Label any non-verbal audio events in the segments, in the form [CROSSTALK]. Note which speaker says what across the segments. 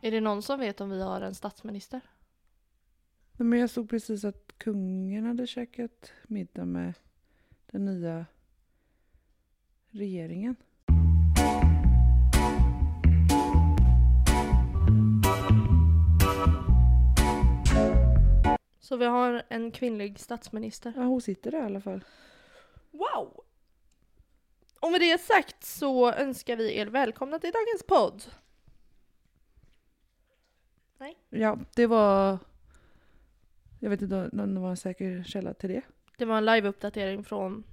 Speaker 1: det någon som vet om vi har en statsminister?
Speaker 2: Nej, men jag såg precis att kungen hade käkat middag med den nya regeringen.
Speaker 1: Så vi har en kvinnlig statsminister.
Speaker 2: Ja, hon sitter där i alla fall.
Speaker 1: Wow! Och med det sagt så önskar vi er välkomna till dagens podd.
Speaker 2: Ja, det var... Jag vet inte om det var en säker källa till det.
Speaker 1: Det var en liveuppdatering från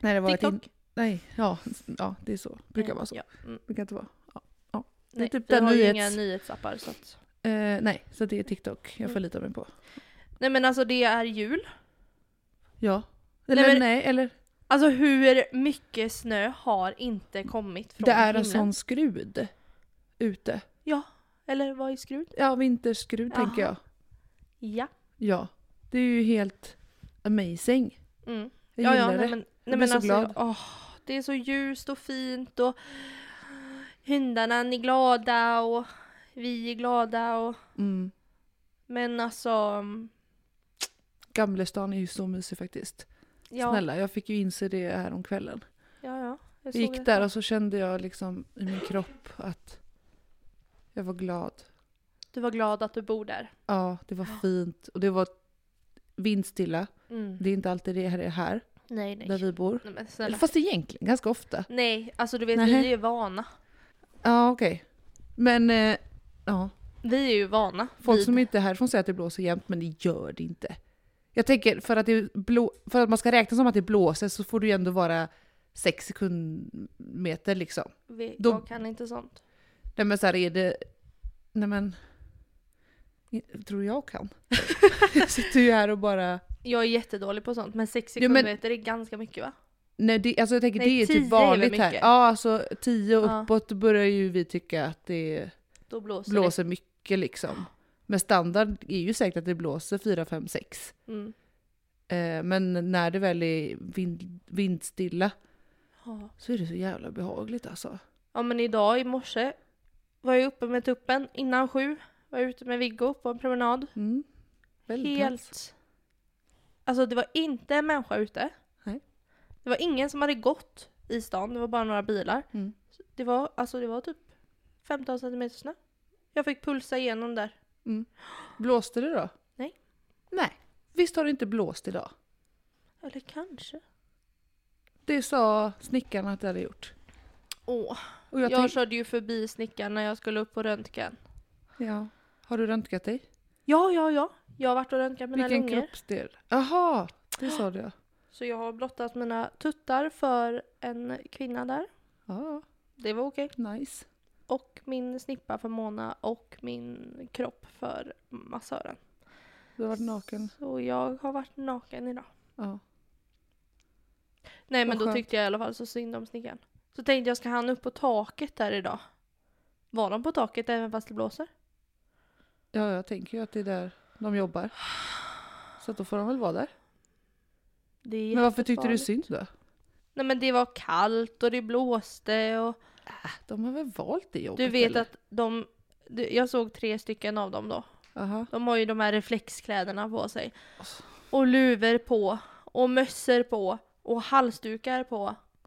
Speaker 2: Nej, det var ett in...
Speaker 1: TikTok.
Speaker 2: Nej, ja, ja, det är så. Brukar vara så.
Speaker 1: Ja. Mm.
Speaker 2: Brukar inte vara. Ja. ja. Det är
Speaker 1: Nej,
Speaker 2: typ
Speaker 1: vi
Speaker 2: den
Speaker 1: har ju
Speaker 2: nyhets-
Speaker 1: inga nyhetsappar så att...
Speaker 2: Eh, nej, så det är TikTok jag
Speaker 1: Mm.
Speaker 2: förlitar mig på.
Speaker 1: Nej men alltså det är jul.
Speaker 2: Ja.
Speaker 1: Nej,
Speaker 2: Eller nej,
Speaker 1: men-
Speaker 2: eller?
Speaker 1: Alltså hur mycket snö har inte kommit från
Speaker 2: Det är en
Speaker 1: himlen?
Speaker 2: sån skrud ute.
Speaker 1: Eller vad är skrud?
Speaker 2: Ja, vinterskrud
Speaker 1: Jaha.
Speaker 2: tänker jag.
Speaker 1: Ja.
Speaker 2: Ja. Det är ju helt amazing.
Speaker 1: Mm.
Speaker 2: Jag
Speaker 1: ja, ja,
Speaker 2: gillar det.
Speaker 1: Nej, men, nej,
Speaker 2: blir
Speaker 1: men
Speaker 2: så
Speaker 1: alltså,
Speaker 2: glad.
Speaker 1: Åh, det är så ljust och fint och hundarna är glada och vi är glada och
Speaker 2: Mm.
Speaker 1: men alltså
Speaker 2: Gamlestan är ju så mysig faktiskt.
Speaker 1: ja,
Speaker 2: Snälla, jag fick ju inse det här om kvällen.
Speaker 1: ja, ja, jag
Speaker 2: Jag
Speaker 1: såg
Speaker 2: gick
Speaker 1: det.
Speaker 2: där och så kände jag liksom i min kropp att jag var glad.
Speaker 1: Du var glad att du bor där.
Speaker 2: Ja, det var fint och det var vindstilla.
Speaker 1: Mm.
Speaker 2: Det är inte alltid det här är här,
Speaker 1: Nej, nej.
Speaker 2: där vi bor.
Speaker 1: nej men snälla.
Speaker 2: Fast egentligen ganska ofta.
Speaker 1: Nej, alltså du vet
Speaker 2: Nähä.
Speaker 1: vi är ju vana.
Speaker 2: Ja, okej. Men eh, ja,
Speaker 1: Vi är ju vana.
Speaker 2: folk
Speaker 1: vid-
Speaker 2: som inte är härifrån säger att det blåser jämt, men det gör det inte. Jag tänker för att, det blå, för att man ska räkna som att det blåser så får du ju ändå vara sex sekundmeter liksom.
Speaker 1: vi,
Speaker 2: då-
Speaker 1: Jag kan inte sånt.
Speaker 2: Nej men så här är det... Nej men... i- Tror
Speaker 1: [LAUGHS]
Speaker 2: jag kan. jag sitter ju här och bara...
Speaker 1: Jag är jättedålig på sånt, men sex
Speaker 2: Jo, men-
Speaker 1: sekundmeter är ganska mycket va?
Speaker 2: Nej, det, alltså jag tänker
Speaker 1: Nej,
Speaker 2: det är
Speaker 1: tio är
Speaker 2: typ
Speaker 1: väl
Speaker 2: vanligt här.
Speaker 1: mycket?
Speaker 2: Ja, alltså tio och
Speaker 1: Ja.
Speaker 2: uppåt börjar ju vi tycka att det
Speaker 1: Då blåser
Speaker 2: blåser mycket liksom. Men standard är ju säkert att det blåser fyra fem sex
Speaker 1: det. Mm.
Speaker 2: Eh, men när det väl är vind, vindstilla
Speaker 1: Ja.
Speaker 2: så är det så jävla behagligt alltså.
Speaker 1: Ja men idag i morse var jag uppe med tuppen innan sju. Var jag ute med Viggo på en promenad.
Speaker 2: Mm. Väldigt nice.
Speaker 1: Helt... Alltså det var inte en människa ute.
Speaker 2: Nej.
Speaker 1: Det var ingen som hade gått i stan, det var bara några bilar.
Speaker 2: Mm.
Speaker 1: Det var, alltså, det var typ 15 centimeter snö. Jag fick pulsa igenom där.
Speaker 2: Blåste det då?
Speaker 1: Nej.
Speaker 2: Nej. Visst har det inte blåst idag?
Speaker 1: Eller kanske.
Speaker 2: Det sa snickarna att det hade gjort.
Speaker 1: Åh,
Speaker 2: Och
Speaker 1: jag,
Speaker 2: jag tänk,
Speaker 1: körde ju förbi snickaren när jag skulle upp på röntgen.
Speaker 2: ja. Har du röntgat dig?
Speaker 1: Ja, ja, ja. Jag har varit och röntgat mina
Speaker 2: Vilken
Speaker 1: lungor.
Speaker 2: kroppsdel? Jaha, det sa du ja.
Speaker 1: Så jag har blottat mina tuttar för en kvinna där.
Speaker 2: Ja,
Speaker 1: Det var okej.
Speaker 2: nice.
Speaker 1: Och min snippa för Mona och min kropp för massören.
Speaker 2: Du har varit naken.
Speaker 1: Så jag har varit naken idag.
Speaker 2: Ja.
Speaker 1: Nej men
Speaker 2: Vad
Speaker 1: då
Speaker 2: skönt.
Speaker 1: tyckte jag i alla fall så synd om snickaren. Så tänkte jag, ska han upp på taket där idag? Var de på taket även fast det blåser?
Speaker 2: ja, jag tänker ju att det är där de jobbar. Så att då får de väl vara där.
Speaker 1: Det är
Speaker 2: Men varför tyckte du
Speaker 1: jättefarligt.
Speaker 2: synd då?
Speaker 1: Nej men det var kallt och det blåste och
Speaker 2: De har väl valt det jobbet?
Speaker 1: du vet
Speaker 2: eller?
Speaker 1: att de... du- Jag såg tre stycken av dem då.
Speaker 2: Aha.
Speaker 1: De har ju de här reflexkläderna på sig.
Speaker 2: Alltså.
Speaker 1: Och luver på. Och mössor på. Och halsdukar på.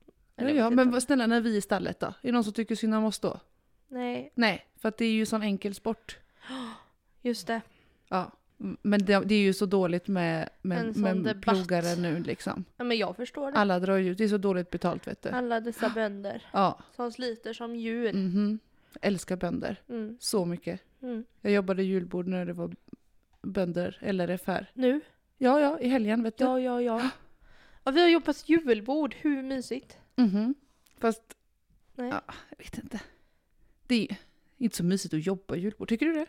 Speaker 2: Ja,
Speaker 1: Eller jag
Speaker 2: ja,
Speaker 1: vet
Speaker 2: men
Speaker 1: inte.
Speaker 2: vad- snälla när vi är i stallet då? Är det någon som tycker synd om oss då?
Speaker 1: Nej,
Speaker 2: Nej, för att det är ju sån enkel sport.
Speaker 1: just det.
Speaker 2: Ja. Mm, Men det, det är ju så dåligt med,
Speaker 1: En
Speaker 2: med,
Speaker 1: sån
Speaker 2: med
Speaker 1: debatt.
Speaker 2: plogare nu liksom.
Speaker 1: Ja, men jag förstår det.
Speaker 2: Alla drar ju ut, det är så dåligt betalt vet du.
Speaker 1: Alla dessa bönder
Speaker 2: Ja.
Speaker 1: som sliter som djur.
Speaker 2: Mhm. Älskar bönder.
Speaker 1: Mm,
Speaker 2: Så mycket.
Speaker 1: mm.
Speaker 2: Jag jobbade julbord när det var bönder, LRF här.
Speaker 1: Nu?
Speaker 2: Ja, ja, i helgen vet du.
Speaker 1: Ja, ja, ja. ja vi har jobbat julbord, hur mysigt?
Speaker 2: Mhm. Fast
Speaker 1: Nej.
Speaker 2: Ja. jag vet inte. Det är ju inte så mysigt att jobba julbord, tycker du det?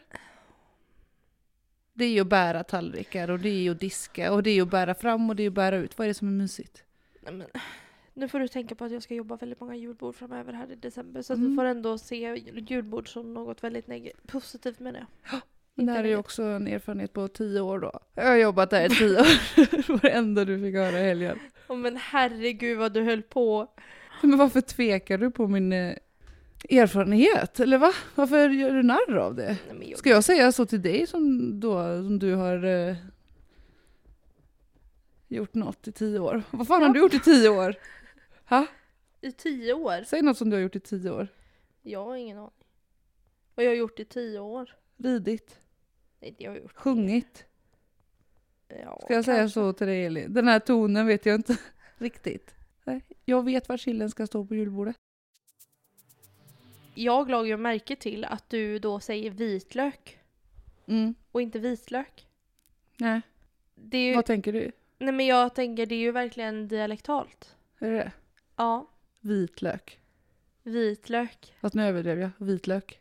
Speaker 2: Det är ju att bära tallrikar och det är ju att diska och det är ju att bära fram och det är att bära ut. Vad är det som är mysigt?
Speaker 1: Nej, men, nu får du tänka på att jag ska jobba väldigt många julbord framöver här i december. Så att
Speaker 2: Mm.
Speaker 1: vi får ändå se julbord som något väldigt neg- positivt menar jag.
Speaker 2: Men det här är ju
Speaker 1: negativt.
Speaker 2: också en erfarenhet på tio år då. Jag har jobbat där i tio år. [LAUGHS] Varenda du fick höra i helgen.
Speaker 1: Åh, men herregud vad du höll på.
Speaker 2: Men varför tvekar du på min eh, erfarenhet, eller va? Varför gör du narr av det?
Speaker 1: Nej, men jag,
Speaker 2: Ska jag säga så till dig som, då, som du har eh, gjort något i tio år? Vad fan har du gjort i tio år? Ha?
Speaker 1: I tio år?
Speaker 2: Säg något som du har gjort i tio år.
Speaker 1: Jag har ingen aning. Vad jag har gjort i tio år?
Speaker 2: Ridit,
Speaker 1: Nej, det har jag gjort.
Speaker 2: sjungit.
Speaker 1: Ja,
Speaker 2: Ska jag säga
Speaker 1: kanske.
Speaker 2: så till dig Elin? Den här tonen vet jag inte [LAUGHS] riktigt. Nej, jag vet var chillen ska stå på julbordet.
Speaker 1: Jag la ju märke till att du då säger vitlök
Speaker 2: Mm.
Speaker 1: och inte vitlök.
Speaker 2: Nej.
Speaker 1: Det är ju,
Speaker 2: Vad tänker du?
Speaker 1: nej men jag tänker det är ju verkligen dialektalt.
Speaker 2: Är det det?
Speaker 1: Ja,
Speaker 2: Vitlök.
Speaker 1: vitlök.
Speaker 2: Fast nu överdrev jag. Vitlök.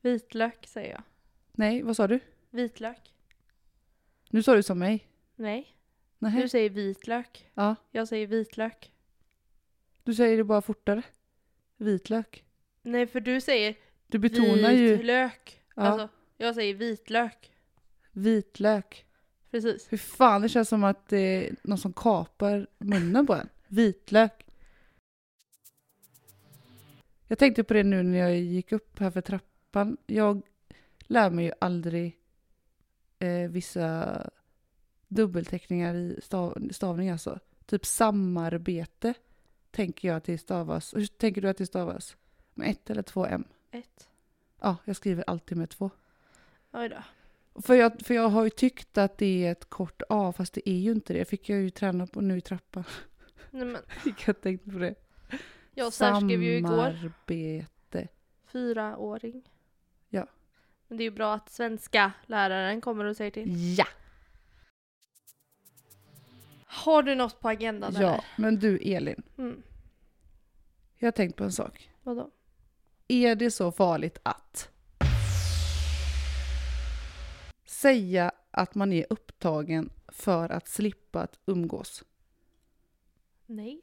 Speaker 1: Vitlök säger jag.
Speaker 2: Nej, vad sa du?
Speaker 1: Vitlök.
Speaker 2: Nu sa du som mig.
Speaker 1: Nej,
Speaker 2: Nej.
Speaker 1: du säger vitlök.
Speaker 2: Ja,
Speaker 1: Jag säger vitlök.
Speaker 2: du säger det bara fortare. Vitlök.
Speaker 1: Nej, för du säger
Speaker 2: Du betonar ju
Speaker 1: vitlök.
Speaker 2: Ja.
Speaker 1: Alltså, jag säger vitlök.
Speaker 2: vitlök.
Speaker 1: Precis.
Speaker 2: Hur fan, det känns som att det är någon som kapar munnen på en. Vitlök. Jag tänkte på det nu när jag gick upp här för trappan. Jag lär mig ju aldrig eh, vissa dubbelteckningar i stav, stavning alltså. Typ samarbete tänker jag att det stavas. Hur tänker du att det stavas? Med ett eller två M?
Speaker 1: Ett.
Speaker 2: Ja, jag skriver alltid med två.
Speaker 1: Oj då.
Speaker 2: För jag, för jag har ju tyckt att det är ett kort A, fast det är ju inte det. Jag fick jag ju träna på nu i trappan. [LAUGHS]
Speaker 1: Nej, men
Speaker 2: Fick jag tänkt på det.
Speaker 1: jag särskrev ju igår.
Speaker 2: Samarbete.
Speaker 1: Fyraåring.
Speaker 2: Ja.
Speaker 1: Men det är ju bra att svenska läraren kommer och säger till.
Speaker 2: Ja.
Speaker 1: Har du något på agendan
Speaker 2: ja, men du Elin.
Speaker 1: eller? Mm.
Speaker 2: Jag har tänkt på en sak.
Speaker 1: Vadå?
Speaker 2: Är det så farligt att säga att man är upptagen för att slippa att umgås?
Speaker 1: Nej.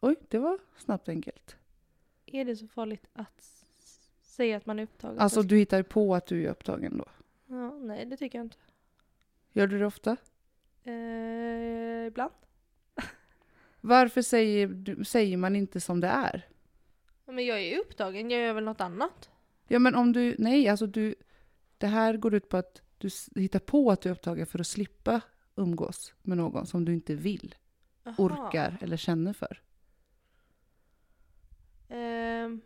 Speaker 2: Oj, det var snabbt enkelt.
Speaker 1: Är det så farligt att s- säga att man är upptagen?
Speaker 2: Alltså du hittar på att du är upptagen då.
Speaker 1: Ja, nej, det tycker jag inte.
Speaker 2: Gör du det ofta?
Speaker 1: Eh, ibland.
Speaker 2: Varför säger, du, säger man inte som det är?
Speaker 1: Ja, Men jag är ju upptagen, jag gör väl något annat.
Speaker 2: Ja men om du, nej alltså du, det här går ut på att du s- hittar på att du är upptagen för att slippa umgås med någon som du inte vill,
Speaker 1: Jaha.
Speaker 2: orkar eller känner för.
Speaker 1: Ehm.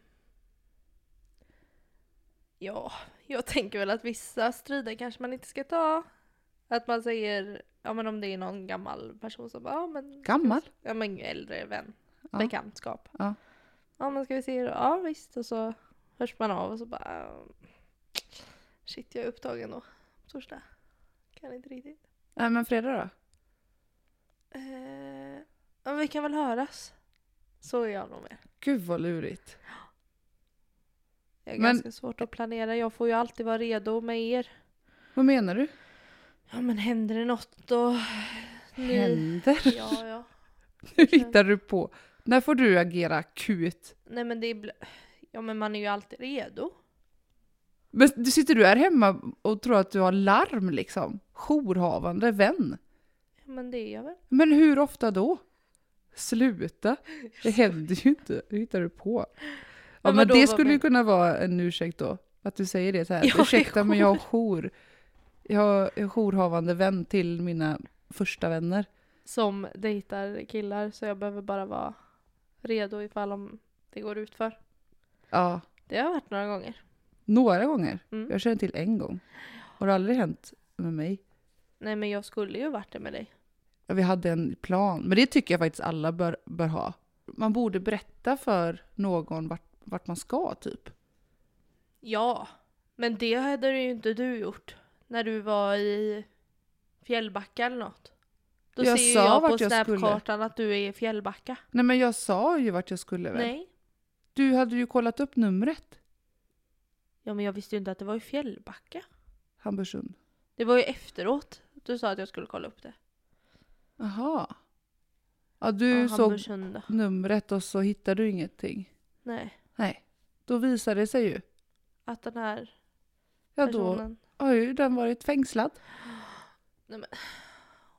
Speaker 1: ja, jag tänker väl att vissa strider kanske man inte ska ta. Att man säger, ja men om det är någon gammal person som bara, ja men...
Speaker 2: Gammal?
Speaker 1: Ja men äldre vän,
Speaker 2: Ja.
Speaker 1: bekantskap.
Speaker 2: Ja.
Speaker 1: Ja men ska vi se då? Ja visst, och så hörs man av och så bara... ehm, Shit, jag är upptagen då. Torsdag. Kan inte riktigt.
Speaker 2: Nej men fredag då?
Speaker 1: Eh, ja, vi kan väl höras. Så är jag nog med.
Speaker 2: Gud vad lurigt.
Speaker 1: Jag är
Speaker 2: Men-
Speaker 1: ganska svårt att planera. Jag får ju alltid vara redo med er.
Speaker 2: Vad menar du?
Speaker 1: Ja men händer det något då? Ni-
Speaker 2: Händer? [LAUGHS]
Speaker 1: Ja, ja.
Speaker 2: Nu hittar du på. När får du agera akut?
Speaker 1: Nej men det är... bl- Ja men man är ju alltid redo.
Speaker 2: Men du sitter du här hemma och tror att du har larm liksom? Jourhavande vän?
Speaker 1: Ja, men det är jag väl.
Speaker 2: Men hur ofta då? Sluta! Det händer ju inte. Det hittar du på. Ja,
Speaker 1: Men
Speaker 2: men
Speaker 1: vadå,
Speaker 2: det
Speaker 1: vad
Speaker 2: skulle ju
Speaker 1: men-
Speaker 2: kunna vara en ursäkt då. Att du säger det
Speaker 1: [LAUGHS]
Speaker 2: så här.
Speaker 1: Jag är
Speaker 2: Ursäkta men jag har jour. Jag är jourhavande vän till mina första vänner.
Speaker 1: Som dejtar killar så jag behöver bara vara redo ifall om det går ut för.
Speaker 2: Ja,
Speaker 1: Det har varit några gånger.
Speaker 2: några gånger.
Speaker 1: Mm.
Speaker 2: Jag känner till en gång. Har det aldrig hänt med mig?
Speaker 1: Nej men jag skulle ju varit det med dig.
Speaker 2: Ja, vi hade en plan. Men det tycker jag faktiskt alla bör, bör ha. Man borde berätta för någon vart, vart man ska typ.
Speaker 1: Ja. Men det hade ju inte du gjort. När du var i Fjällbacka eller något. Då
Speaker 2: Jag
Speaker 1: ser ju
Speaker 2: sa
Speaker 1: jag på
Speaker 2: vart jag skulle.
Speaker 1: snapkartan att du är i Fjällbacka.
Speaker 2: Nej men jag sa ju vart jag skulle väl.
Speaker 1: Nej.
Speaker 2: Du hade ju kollat upp numret.
Speaker 1: Ja men jag visste ju inte att det var i Fjällbacka.
Speaker 2: Hamburgsund.
Speaker 1: Det var ju efteråt du sa att jag skulle kolla upp det.
Speaker 2: Jaha. Ja, du
Speaker 1: Ja,
Speaker 2: såg
Speaker 1: Hamburgsund då.
Speaker 2: numret och så hittade du ingenting.
Speaker 1: Nej,
Speaker 2: Nej, då visade det sig ju.
Speaker 1: att den här
Speaker 2: Ja, då
Speaker 1: personen...
Speaker 2: har ju den varit fängslad.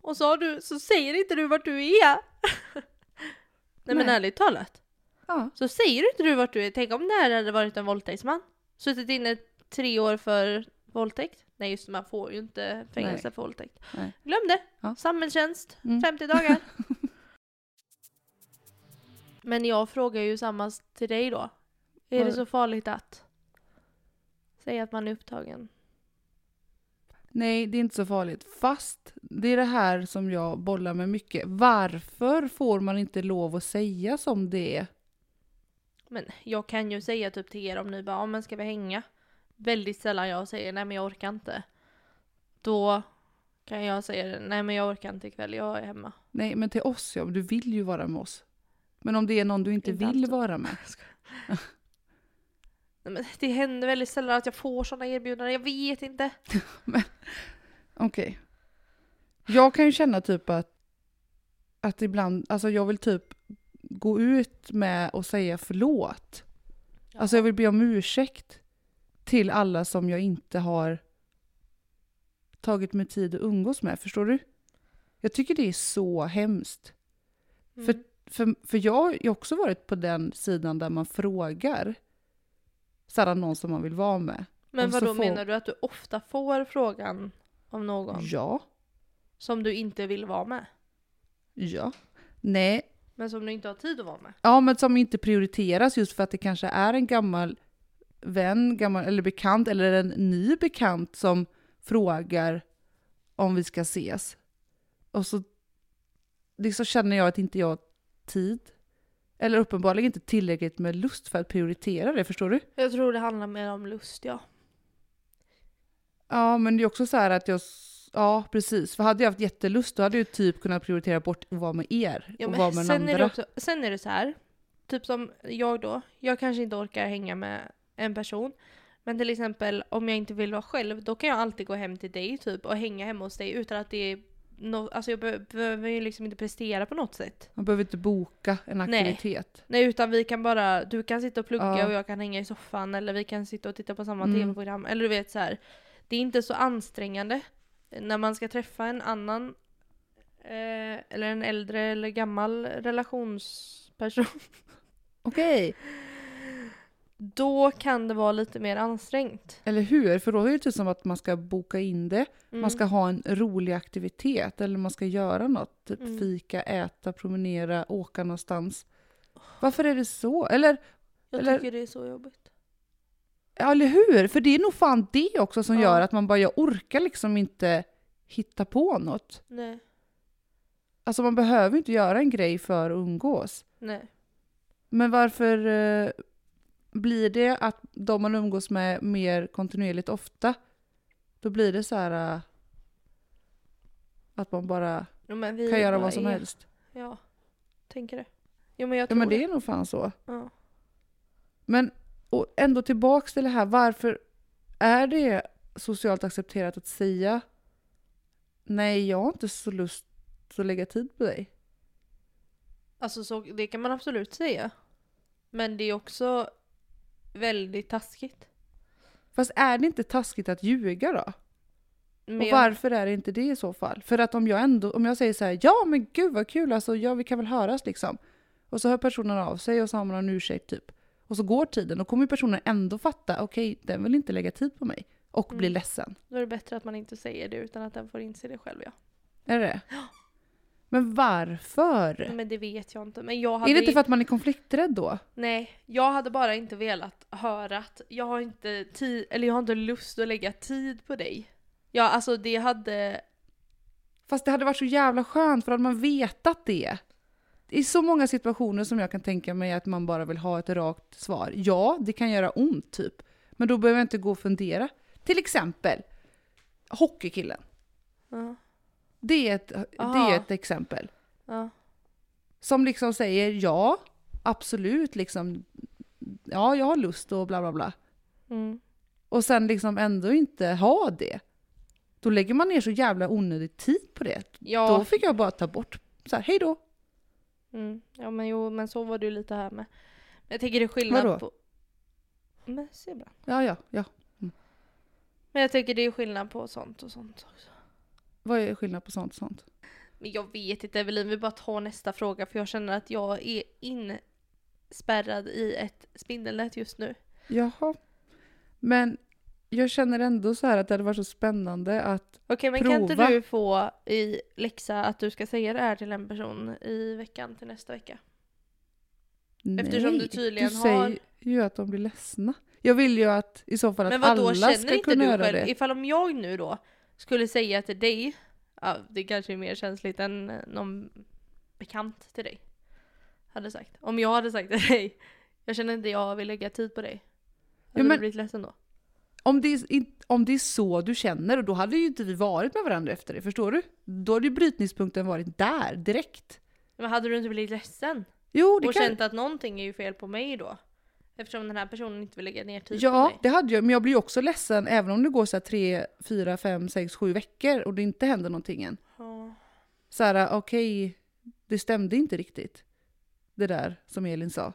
Speaker 1: Och så, har du, så säger inte du vart du är! Nej, men
Speaker 2: Nej.
Speaker 1: ärligt talat.
Speaker 2: Ja.
Speaker 1: Så säger inte du vart du är. Tänk om det här hade varit en våldtäktsman. Suttit inne tre år för våldtäkt. Nej just det, man får ju inte fängelse för våldtäkt.
Speaker 2: Nej.
Speaker 1: Glöm det.
Speaker 2: Ja.
Speaker 1: Samhällstjänst,
Speaker 2: Mm.
Speaker 1: 50
Speaker 2: [LAUGHS]
Speaker 1: dagar. Men jag frågar ju samma s- till dig då. Är det
Speaker 2: Vad-
Speaker 1: så farligt att säga att man är upptagen?
Speaker 2: Nej, det är inte så farligt. Fast det är det här som jag bollar med mycket. Varför får man inte lov att säga som det är?
Speaker 1: Men jag kan ju säga typ till er om ni bara, ja men ska vi hänga? Väldigt sällan jag säger, nej men jag orkar inte. Då kan jag säga, nej men jag orkar inte ikväll, jag är hemma.
Speaker 2: Nej, men till oss ja. Du vill ju vara med oss. Men om det är någon du inte,
Speaker 1: Inte
Speaker 2: vill
Speaker 1: alltid.
Speaker 2: vara med.
Speaker 1: Nej, men det händer väldigt sällan att jag får sådana erbjudanden, jag vet inte.
Speaker 2: Okej. Jag kan ju känna typ att, att ibland, alltså jag vill typ gå ut med och säga förlåt. Alltså jag vill be om ursäkt till alla som jag inte har tagit mig tid att umgås med, förstår du? Jag tycker det är så hemskt.
Speaker 1: Mm.
Speaker 2: För, för jag har ju också varit på den sidan där man frågar sådär någon som man vill vara med.
Speaker 1: men
Speaker 2: om så
Speaker 1: vad då
Speaker 2: få-
Speaker 1: menar du att du ofta får frågan om någon
Speaker 2: Ja,
Speaker 1: som du inte vill vara med?
Speaker 2: ja. Nej,
Speaker 1: Men som du inte har tid att vara med?
Speaker 2: Ja, men som inte prioriteras just för att det kanske är en gammal vän, gammal eller bekant eller en ny bekant som frågar om vi ska ses. Och så liksom känner jag att inte jag har tid. Eller uppenbarligen inte tillräckligt med lust för att prioritera det, förstår du?
Speaker 1: Jag tror det handlar mer om lust ja.
Speaker 2: Ja, men det är också så här att jag... s- Ja, precis. För hade jag haft jättelust då hade jag ju typ kunnat prioritera bort att vara med er
Speaker 1: Ja,
Speaker 2: och
Speaker 1: men
Speaker 2: vara med den
Speaker 1: sen,
Speaker 2: andra.
Speaker 1: Är det också, sen är det så här, typ som jag då, jag kanske inte orkar hänga med en person. Men till exempel om jag inte vill vara själv, då kan jag alltid gå hem till dig typ och hänga hemma hos dig utan att det är nå alltså jag be- behöver ju liksom inte prestera på något sätt.
Speaker 2: Man behöver inte boka en
Speaker 1: Nej.
Speaker 2: aktivitet.
Speaker 1: Nej utan vi kan bara, du kan sitta och plugga
Speaker 2: Ja.
Speaker 1: och jag kan hänga i soffan eller vi kan sitta och titta på samma
Speaker 2: Mm.
Speaker 1: tv-program. Eller du vet så här. det är inte så ansträngande när man ska träffa en annan eh, eller en äldre eller gammal relationsperson.
Speaker 2: Okej.
Speaker 1: Då kan det vara lite mer ansträngt.
Speaker 2: Eller hur? För då är det typ som att man ska boka in det.
Speaker 1: Mm.
Speaker 2: Man ska ha en rolig aktivitet eller man ska göra något. Typ
Speaker 1: Mm.
Speaker 2: fika, äta, promenera, åka någonstans. Varför är det så? Eller,
Speaker 1: jag
Speaker 2: eller-
Speaker 1: tycker det är så jobbigt.
Speaker 2: ja, eller hur? För det är nog fan det också som
Speaker 1: Ja.
Speaker 2: gör att man bara, jag orkar liksom inte hitta på något.
Speaker 1: Nej.
Speaker 2: Alltså man behöver inte göra en grej för att umgås.
Speaker 1: Nej.
Speaker 2: Men varför eh, blir det att de man umgås med mer kontinuerligt ofta, då blir det så här eh, att man bara
Speaker 1: Jo, men vi
Speaker 2: kan göra
Speaker 1: bara
Speaker 2: vad som
Speaker 1: är-
Speaker 2: helst.
Speaker 1: Ja. Tänker det. Jo men jag
Speaker 2: Ja
Speaker 1: tror
Speaker 2: men det
Speaker 1: det.
Speaker 2: är nog fan så.
Speaker 1: Ja.
Speaker 2: Men och ändå tillbaks till det här, varför är det socialt accepterat att säga nej jag har inte så lust att lägga tid på dig?
Speaker 1: Alltså så, det kan man absolut säga. Men det är också väldigt taskigt.
Speaker 2: Fast är det inte taskigt att ljuga då?
Speaker 1: Men
Speaker 2: och
Speaker 1: jag-
Speaker 2: varför är det inte det i så fall? För att om jag ändå, om jag säger så här, ja men gud vad kul alltså, ja vi kan väl höras liksom. Och så hör personen av sig och så har man en ursäkt typ. Och så går tiden, då kommer ju personen ändå fatta, okej den vill inte lägga tid på mig. Och bli
Speaker 1: Mm.
Speaker 2: ledsen.
Speaker 1: Då är det bättre att man inte säger det utan att den får inse det själv ja.
Speaker 2: Är det Men varför?
Speaker 1: Men det vet jag inte. Men jag hade
Speaker 2: Är det inte för att man är konflikträdd då?
Speaker 1: Nej, jag hade bara inte velat höra att jag har inte tid, eller jag har inte lust att lägga tid på dig. Ja, alltså det hade...
Speaker 2: Fast det hade varit så jävla skönt för hade man vetat det. I så många situationer som jag kan tänka mig att man bara vill ha ett rakt svar. Ja, det kan göra ont typ. Men då behöver jag inte gå och fundera. Till exempel hockeykillen.
Speaker 1: Ja,
Speaker 2: Det är ett, det
Speaker 1: Aha.
Speaker 2: är ett exempel.
Speaker 1: ja,
Speaker 2: Som liksom säger ja, absolut liksom. Ja, jag har lust och bla bla bla.
Speaker 1: mm,
Speaker 2: och sen liksom ändå inte ha det. Då lägger man ner så jävla onödig tid på det. Då
Speaker 1: ja,
Speaker 2: fick jag bara ta bort, så här, hej då.
Speaker 1: mm, ja men jo, men så var du lite här med. Men Jag tänker det är skillnad
Speaker 2: Vadå?
Speaker 1: på... Men det är bra.
Speaker 2: Ja, ja, ja.
Speaker 1: Men jag tänker det är skillnad på sånt och sånt också.
Speaker 2: Vad är skillnad på sånt och sånt?
Speaker 1: Men jag vet inte Evelin, vi bara tar nästa fråga för jag känner att jag är spärrad i ett spindelnät just nu.
Speaker 2: Jaha. Men jag känner ändå så här att det hade varit så spännande att
Speaker 1: Okej men kan
Speaker 2: Prova.
Speaker 1: inte du få i läxa att du ska säga det här till en person i veckan till nästa vecka? Eftersom du
Speaker 2: Nej,
Speaker 1: tydligen
Speaker 2: du
Speaker 1: har-
Speaker 2: säger ju att de blir ledsna. Jag vill ju att i så fall att
Speaker 1: Men vad då
Speaker 2: alla
Speaker 1: känner
Speaker 2: ska
Speaker 1: inte
Speaker 2: kunna
Speaker 1: du
Speaker 2: göra
Speaker 1: själv?
Speaker 2: det.
Speaker 1: Ifall om jag nu då skulle säga till dig, ja, det kanske är mer känsligt än eh, någon bekant till dig hade sagt. Om jag hade sagt till [LAUGHS] dig, jag känner inte jag vill lägga tid på dig. Hade du
Speaker 2: Ja, men-
Speaker 1: blivit ledsen då?
Speaker 2: Om det, är, in- om det är så du känner, och då hade ju inte vi varit med varandra efter det, förstår du? Då hade ju brytningspunkten varit där direkt.
Speaker 1: Men hade du inte blivit ledsen?
Speaker 2: Jo, det
Speaker 1: Och
Speaker 2: kan...
Speaker 1: känt att någonting är ju fel på mig då? Eftersom den här personen inte vill lägga ner tid på
Speaker 2: Ja,
Speaker 1: mig.
Speaker 2: det hade jag. Men jag blir ju också ledsen även om det går så här tre, fyra, fem, sex, sju veckor och det inte händer någonting än.
Speaker 1: Ja.
Speaker 2: Så här, okej, det stämde inte riktigt. Det där som Elin sa.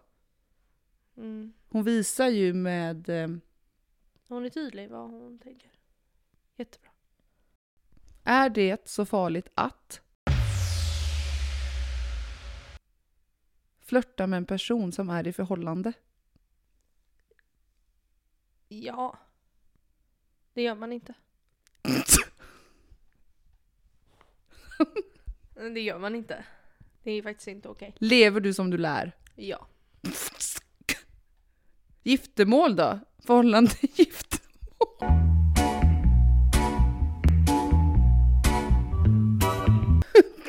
Speaker 1: Mm.
Speaker 2: Hon visar ju med... eh,
Speaker 1: Hon är tydlig vad hon tänker. Jättebra.
Speaker 2: Är det så farligt att flörta med en person som är i förhållande?
Speaker 1: Ja. Det gör man inte. Men Det gör man inte. Det är faktiskt inte okej.
Speaker 2: Lever du som du lär?
Speaker 1: Ja.
Speaker 2: Giftermål då? Förhållande gift. [LAUGHS]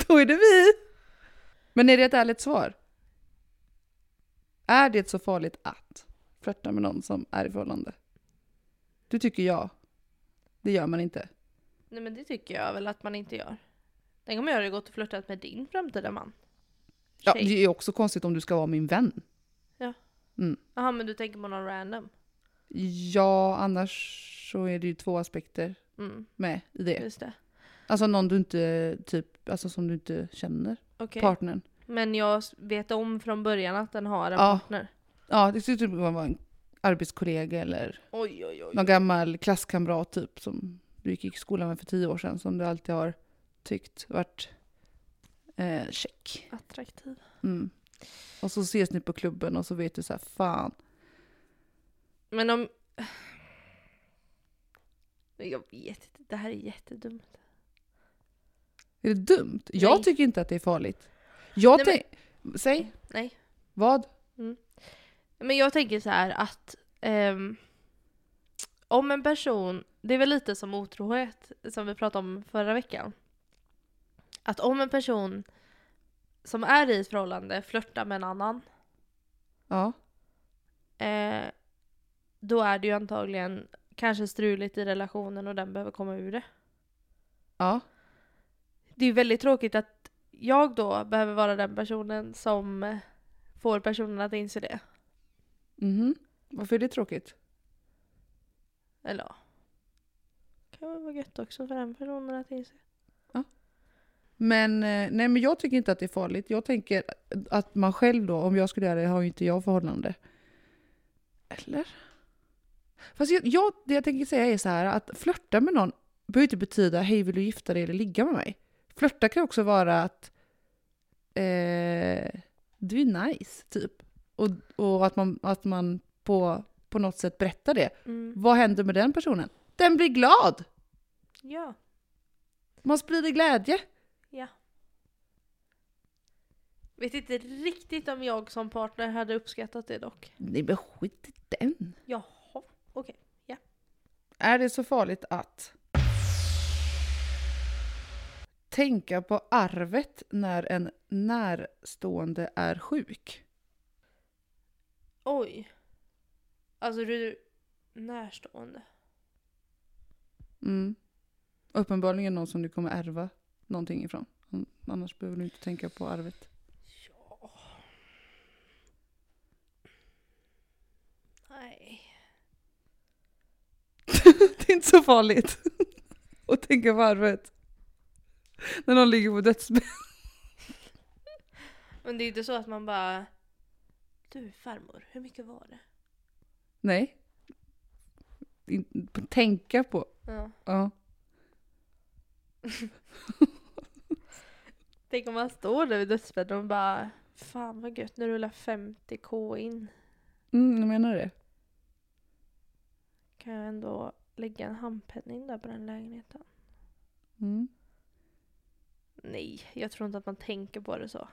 Speaker 2: då är det vi. Men är det ett ärligt svar? Är det så farligt att flörta med någon som är i förhållande? Du tycker ja. Det gör man inte.
Speaker 1: Nej men det tycker jag väl att man inte gör. Tänk om jag hade gått och flörtat med din framtida man.
Speaker 2: Ja,
Speaker 1: Tjej.
Speaker 2: det är också konstigt om du ska vara min vän.
Speaker 1: Jaha men du tänker på någon random?
Speaker 2: Ja, annars så är det ju två aspekter
Speaker 1: Mm,
Speaker 2: med i det.
Speaker 1: just det.
Speaker 2: Alltså någon du inte, typ, alltså som du inte känner,
Speaker 1: Okej.
Speaker 2: partnern.
Speaker 1: Men jag s- vet om från början att den har en
Speaker 2: Ja.
Speaker 1: partner.
Speaker 2: Ja, det skulle typ kunna vara en arbetskollega eller
Speaker 1: Oj oj oj.
Speaker 2: någon gammal klasskamrat typ som du gick i skolan med för tio år sedan som du alltid har tyckt varit eh, check.
Speaker 1: Attraktiv.
Speaker 2: Mm. Och så ses ni på klubben och så vet du så här, fan.
Speaker 1: Men om... [SIGHS] Men Jag vet inte, det här är jättedumt.
Speaker 2: Är det dumt? Jag
Speaker 1: Nej.
Speaker 2: tycker inte att det är farligt. Jag
Speaker 1: Nej, men-
Speaker 2: tänk... Säg,
Speaker 1: Nej.
Speaker 2: vad?
Speaker 1: Men jag tänker så här att ehm, om en person, det är väl lite som otrohet som vi pratade om förra veckan. Att om en person som är i ett förhållande flörtar med en annan,
Speaker 2: Ja.
Speaker 1: eh, då är det ju antagligen kanske struligt i relationen och den behöver komma ur det.
Speaker 2: Ja.
Speaker 1: Det är ju väldigt tråkigt att jag då behöver vara den personen som får personen att inse det.
Speaker 2: Mhm. Varför är det tråkigt?
Speaker 1: Eller ja. Kan väl vara gött också för den personen att inse.
Speaker 2: Men, eh, nej, men jag tycker inte att det är farligt. Jag tänker att man själv då, om jag skulle göra det, har ju inte jag förhållande. Eller? Fast jag, jag, det jag tänker säga är så här att flörta med någon behöver inte betyda hej vill du gifta dig eller ligga med mig. Flörta kan också vara att eh, du är nice typ. Och, och att man, att man på, på något sätt berättar det.
Speaker 1: Mm.
Speaker 2: Vad händer med den personen? Den blir glad!
Speaker 1: Ja.
Speaker 2: Man sprider glädje.
Speaker 1: Vet inte riktigt om jag som partner hade uppskattat det dock.
Speaker 2: Nej men skit i den.
Speaker 1: Jaha, okej.
Speaker 2: Är det så farligt att tänka på arvet när en närstående är sjuk?
Speaker 1: Oj. Alltså du närstående.
Speaker 2: Mm. Uppenbarligen någon som du kommer ärva någonting ifrån. Mm, Annars behöver du inte tänka på arvet. [LAUGHS]
Speaker 1: Ja. Nej.
Speaker 2: Det är inte så farligt [LAUGHS] att tänka på arvet. När någon ligger på dödsbädden.
Speaker 1: Men det är ju inte så att man bara... Du farmor, hur mycket var det?
Speaker 2: Nej. In- Tänka på.
Speaker 1: Ja.
Speaker 2: Ja.
Speaker 1: Tänk om man står där vid dödsbädden och bara... Fan vad gött, nu rullar 50k in.
Speaker 2: Mm, jag menar det.
Speaker 1: Kan jag ändå lägga en handpenning där på den lägenheten?
Speaker 2: Mm.
Speaker 1: Nej, jag tror inte att man tänker på det så.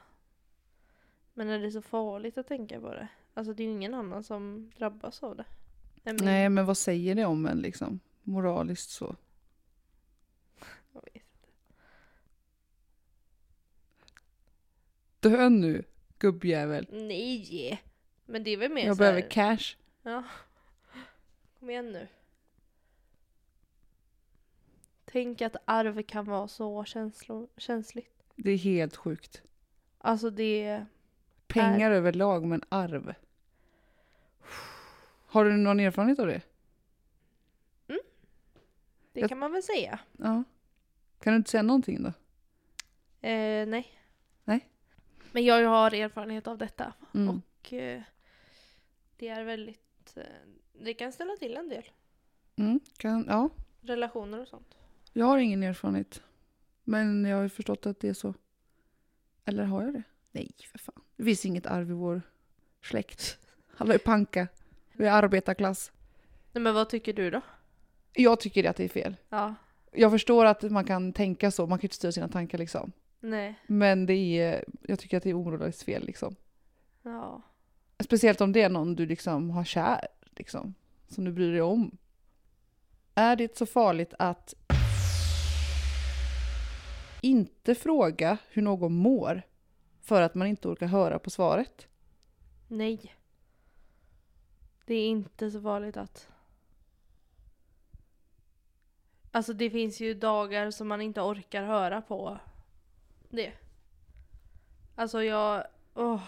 Speaker 1: Men är det så farligt att tänka på det? Alltså det är ju ingen annan som drabbas av det. än min.
Speaker 2: Nej, men vad säger det om en liksom? Moraliskt så.
Speaker 1: Jag vet.
Speaker 2: Dö nu, gubbjävel.
Speaker 1: Nej! Men det är väl mer
Speaker 2: Jag
Speaker 1: så här-
Speaker 2: behöver cash.
Speaker 1: Ja. Kom igen nu. Tänk att arv kan vara så känslo- känsligt.
Speaker 2: Det är helt sjukt.
Speaker 1: Alltså det...
Speaker 2: Pengar överlag, men arv. Har du någon erfarenhet av det?
Speaker 1: Det
Speaker 2: Jag-
Speaker 1: kan man väl säga.
Speaker 2: Ja. Kan du inte säga någonting då?
Speaker 1: Eh, nej.
Speaker 2: Nej.
Speaker 1: Men jag har erfarenhet av detta.
Speaker 2: Mm.
Speaker 1: Och eh, det är väldigt... Eh, det kan ställa till en del.
Speaker 2: Mm, kan, ja.
Speaker 1: Relationer och sånt.
Speaker 2: Jag har ingen erfarenhet. Men jag har ju förstått att det är så. Eller har jag det? Nej, för fan. Det finns inget arv i vår släkt. Alla är panka. Vi är arbetarklass.
Speaker 1: Nej, men vad tycker du då?
Speaker 2: Jag tycker att det är fel.
Speaker 1: Ja.
Speaker 2: Jag förstår att man kan tänka så. Man kan ju inte styra sina tankar liksom.
Speaker 1: Nej.
Speaker 2: Men det är, jag tycker att det är omoraliskt fel liksom.
Speaker 1: Ja.
Speaker 2: Speciellt om det är någon du liksom har kär. Liksom, som du bryr dig om. Är det så farligt att inte fråga hur någon mår för att man inte orkar höra på svaret?
Speaker 1: Nej. Det är inte så vanligt att... Alltså det finns ju dagar som man inte orkar höra på det. Alltså jag... Åh.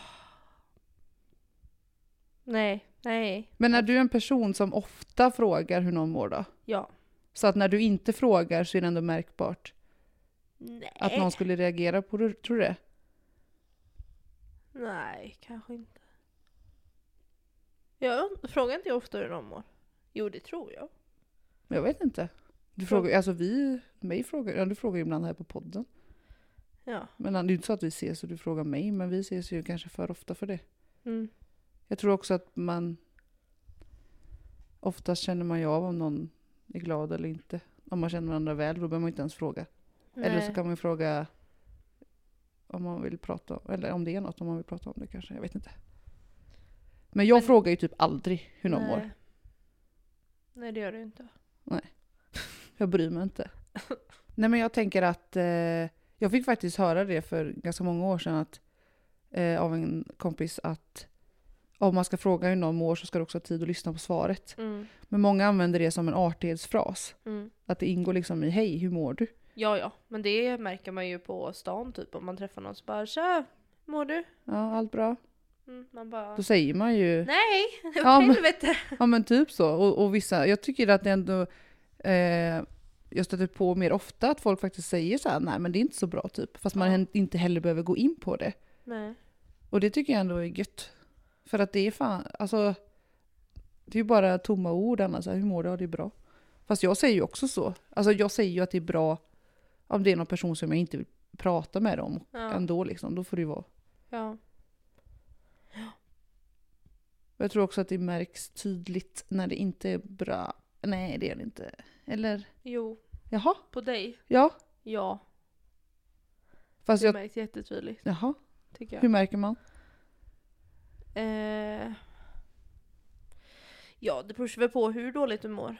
Speaker 1: Nej, nej,
Speaker 2: Men är du en person som ofta frågar hur någon mår då?
Speaker 1: ja.
Speaker 2: Så att när du inte frågar så är det ändå märkbart
Speaker 1: Nej.
Speaker 2: att någon skulle reagera på det, tror du det?
Speaker 1: Nej, kanske inte. Jag und- frågar inte jag ofta hur de mår. Jo, det tror jag.
Speaker 2: Men Jag vet inte. Du frågar, alltså vi, mig frågar, ja, du frågar ibland här på podden.
Speaker 1: Ja.
Speaker 2: Men det är ju inte så att vi ses och du frågar mig, men vi ses ju kanske för ofta för det.
Speaker 1: Mm.
Speaker 2: Jag tror också att man... Oftast känner man ju av om någon är glad eller inte. Om man känner varandra väl, då behöver man inte ens fråga. Eller så
Speaker 1: Nej.
Speaker 2: kan man ju fråga om man vill prata om, eller om det är något om man vill prata om det kanske. Jag vet inte. Men jag
Speaker 1: Men-
Speaker 2: frågar ju typ aldrig hur någon mår.
Speaker 1: Nej. Nej, det gör du inte.
Speaker 2: Jag bryr
Speaker 1: [LAUGHS]
Speaker 2: mig inte. Nej men jag tänker att, eh, jag fick faktiskt höra det för ganska många år sedan att, eh, av en kompis att om man ska fråga hur någon mår så ska du också ha tid att lyssna på svaret.
Speaker 1: Mm.
Speaker 2: Men många använder det som en artighetsfras.
Speaker 1: Mm.
Speaker 2: Att det ingår liksom i hej, hur mår du?
Speaker 1: Ja, ja, men det märker man ju på stan typ om man träffar någon så bara tja, mår du?
Speaker 2: Ja, allt bra.
Speaker 1: Mm, man bara
Speaker 2: Då säger man ju,
Speaker 1: nej, [LAUGHS] åt
Speaker 2: Ja, men-
Speaker 1: helvete.
Speaker 2: ja men typ så. Och, och vissa, jag tycker att det ändå, eh, jag stöter på mer ofta att folk faktiskt säger så här, nej men det är inte så bra typ. Fast man
Speaker 1: Ja.
Speaker 2: hen- inte heller behöver gå in på det.
Speaker 1: Nej.
Speaker 2: Och det tycker jag ändå är gött. För att det är fan, alltså, det är ju bara tomma ord annars, så här, hur mår du? Ja, det är bra. Fast jag säger ju också så. Alltså jag säger ju att det är bra om det är någon person som jag inte vill prata med om.
Speaker 1: Ja.
Speaker 2: Ändå liksom, då får det ju vara
Speaker 1: ja.
Speaker 2: Och Jag tror också att det märks tydligt när det inte är bra. Nej, det är det inte. Eller?
Speaker 1: Jo,
Speaker 2: Jaha,
Speaker 1: på dig.
Speaker 2: ja.
Speaker 1: Ja,
Speaker 2: Fast
Speaker 1: det
Speaker 2: jag...
Speaker 1: märks jättetydligt
Speaker 2: Jaha,
Speaker 1: tycker jag.
Speaker 2: hur märker man?
Speaker 1: Eh, ja, det beror väl på hur dåligt du mår.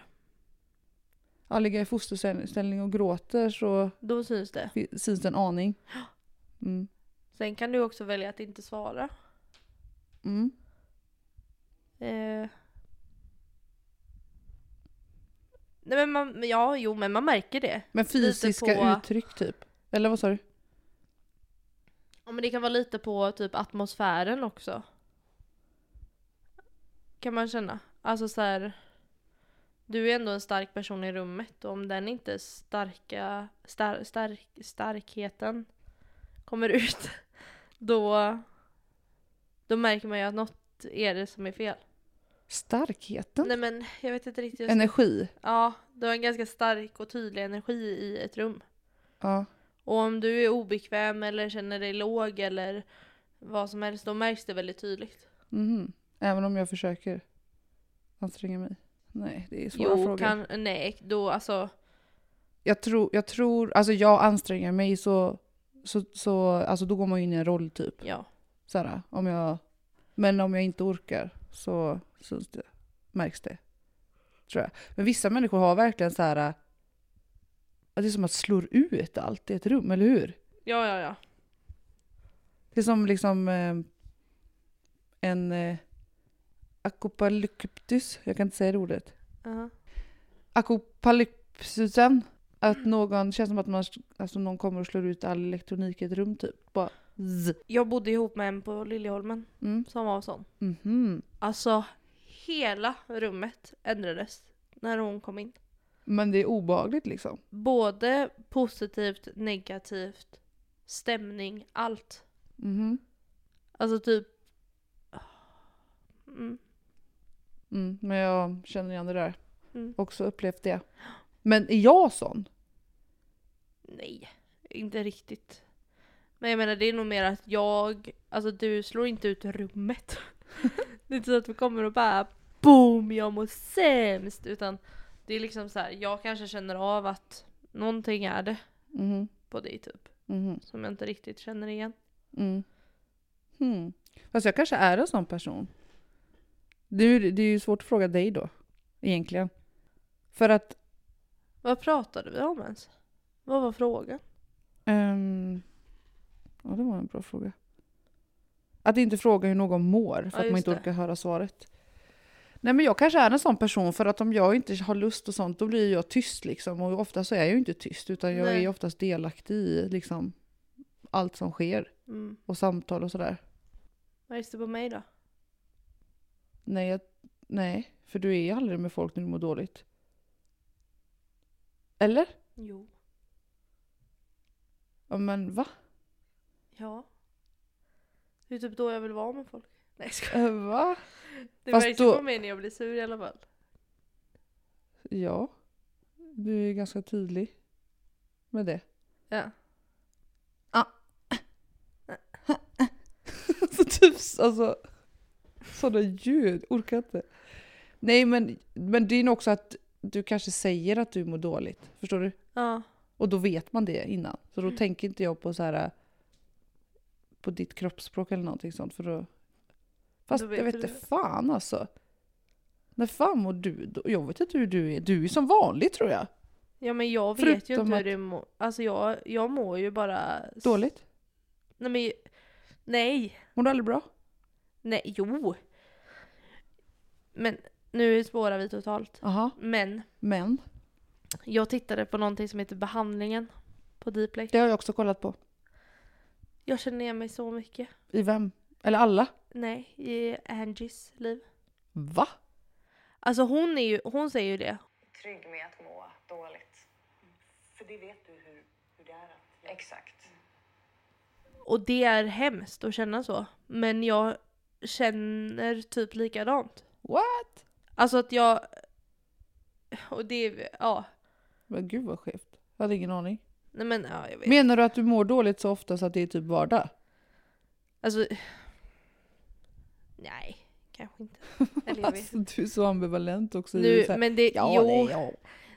Speaker 2: Ja, ligger jag i fosterställning och gråter så
Speaker 1: Då syns det.
Speaker 2: fi- syns det en aning. Mm.
Speaker 1: Sen kan du också välja att inte svara.
Speaker 2: Mm.
Speaker 1: Eh, nej men man, ja, jo men man märker det.
Speaker 2: Men fysiska
Speaker 1: på-
Speaker 2: uttryck typ? Eller vad sa du?
Speaker 1: Ja men det kan vara lite på typ atmosfären också. Kan man känna. Alltså så här. Du är ändå en stark person i rummet och om den inte starka, star, stark, starkheten kommer ut [LAUGHS] då, då märker man ju att något är det som är fel.
Speaker 2: Starkheten?
Speaker 1: Nej men jag vet inte riktigt. hur jag ska-
Speaker 2: Energi?
Speaker 1: Ja, du har en ganska stark och tydlig energi i ett rum.
Speaker 2: Ja.
Speaker 1: Och om du är obekväm eller känner dig låg eller vad som helst, då märks det väldigt tydligt.
Speaker 2: Mhm. Även om jag försöker anstränga mig. Nej, det är svåra
Speaker 1: Jo,
Speaker 2: frågor.
Speaker 1: kan, nej, då alltså.
Speaker 2: Jag, tror, jag tror, alltså jag anstränger mig så, så, så alltså då går man ju in i en roll typ.
Speaker 1: Ja.
Speaker 2: Såhär, om jag, men om jag inte orkar så syns det, märks det. Tror jag. Men vissa människor har verkligen så här. äh, Det är som att slår ut allt i ett rum, eller hur?
Speaker 1: Ja, ja, ja.
Speaker 2: Det är som liksom eh, en eh, akopalyptus, jag kan inte säga det ordet.
Speaker 1: Aha.
Speaker 2: Akopalypsusen. Att någon, känns som att man, alltså någon kommer och slår ut all elektronik i ett rum typ. Bara zzz.
Speaker 1: Jag bodde ihop med en på Liljeholmen
Speaker 2: Mm.
Speaker 1: som var sån.
Speaker 2: Mhm.
Speaker 1: Alltså hela rummet ändrades när hon kom in.
Speaker 2: Men det är obehagligt liksom.
Speaker 1: Både positivt, negativt, stämning, allt.
Speaker 2: Mhm.
Speaker 1: Alltså typ... Mm.
Speaker 2: Mm, men jag känner igen det där.
Speaker 1: Mm.
Speaker 2: Också upplevt det. Men är jag sån?
Speaker 1: Nej, inte riktigt. Men jag menar det är nog mer att jag, alltså du slår inte ut rummet. [LAUGHS] det är inte så att vi kommer och bara boom jag mår sämst. Utan det är liksom så här, jag kanske känner av att någonting är det
Speaker 2: Mhm.
Speaker 1: på dig typ.
Speaker 2: Mhm.
Speaker 1: Som jag inte riktigt känner igen.
Speaker 2: Mm. Hmm. Fast jag kanske är en sån person. Det är, ju- det är ju svårt att fråga dig då. Egentligen. För att
Speaker 1: Vad pratade vi om ens? Vad var frågan?
Speaker 2: Ehm, ja, det var en bra fråga. Att inte fråga hur någon mår för
Speaker 1: Ja,
Speaker 2: att man
Speaker 1: just
Speaker 2: inte
Speaker 1: det.
Speaker 2: orkar höra svaret. Nej men jag kanske är en sån person för att om jag inte har lust och sånt då blir jag tyst liksom. Och ofta så är jag ju inte tyst utan jag
Speaker 1: Nej.
Speaker 2: är oftast delaktig i liksom allt som sker
Speaker 1: Mm.
Speaker 2: och samtal och sådär.
Speaker 1: Vad gissar du på mig då?
Speaker 2: Nej, jag, nej, för du är ju aldrig med folk när du mår dåligt. Eller?
Speaker 1: Jo.
Speaker 2: Ja men va? [LAUGHS]
Speaker 1: Ja. Det är typ då jag vill vara med folk. Nej jag skojar.
Speaker 2: Eh, va?
Speaker 1: Det
Speaker 2: Fast
Speaker 1: märks ju
Speaker 2: då-
Speaker 1: på mig när jag blir sur i alla fall.
Speaker 2: Ja. Du är ganska tydlig med det.
Speaker 1: Ja.
Speaker 2: [LAUGHS] Alltså typ alltså, sådana ljud, orkar inte. Nej men, men det är nog också att du kanske säger att du mår dåligt, förstår du?
Speaker 1: Ja.
Speaker 2: Och då vet man det innan. Så då tänker inte jag på så här på ditt kroppsspråk eller någonting sånt för då... Fast
Speaker 1: Då vet
Speaker 2: jag vet
Speaker 1: du
Speaker 2: inte
Speaker 1: det.
Speaker 2: fan alltså. När fan mår du då? Jag vet inte hur du är. Du är som vanligt tror jag.
Speaker 1: Ja men jag vet ju
Speaker 2: Förutom
Speaker 1: inte hur
Speaker 2: att-
Speaker 1: det mår. Alltså jag, jag mår ju bara... s-
Speaker 2: Dåligt.
Speaker 1: Nej men... Nej!
Speaker 2: Mår du aldrig bra?
Speaker 1: Nej, jo! Men nu spårar vi totalt.
Speaker 2: Aha.
Speaker 1: Men
Speaker 2: Men.
Speaker 1: jag tittade på någonting som heter behandlingen på Dplay.
Speaker 2: Det har jag också kollat på.
Speaker 1: Jag känner igen mig så mycket.
Speaker 2: I vem? Eller alla?
Speaker 1: Nej, i Angies liv.
Speaker 2: Va?
Speaker 1: Alltså hon, är ju, hon säger ju det.
Speaker 3: trygg med att må dåligt. För det vet du hur, hur det är att... Mm. Exakt.
Speaker 1: Och det är hemskt att känna så. Men jag känner typ likadant.
Speaker 2: What?
Speaker 1: Alltså att jag... Och det är... Ja.
Speaker 2: Men gud vad skevt. Jag hade ingen aning.
Speaker 1: Nej men ja, jag vet.
Speaker 2: Menar du att du mår dåligt så ofta så att det är typ vardag?
Speaker 1: Alltså... Nej, kanske
Speaker 2: [LAUGHS]
Speaker 1: inte. Eller jag vet.
Speaker 2: Alltså du är så ambivalent också. Du är
Speaker 1: Nu,
Speaker 2: så här,
Speaker 1: men det,
Speaker 2: ja,
Speaker 1: jo,
Speaker 2: det är jag.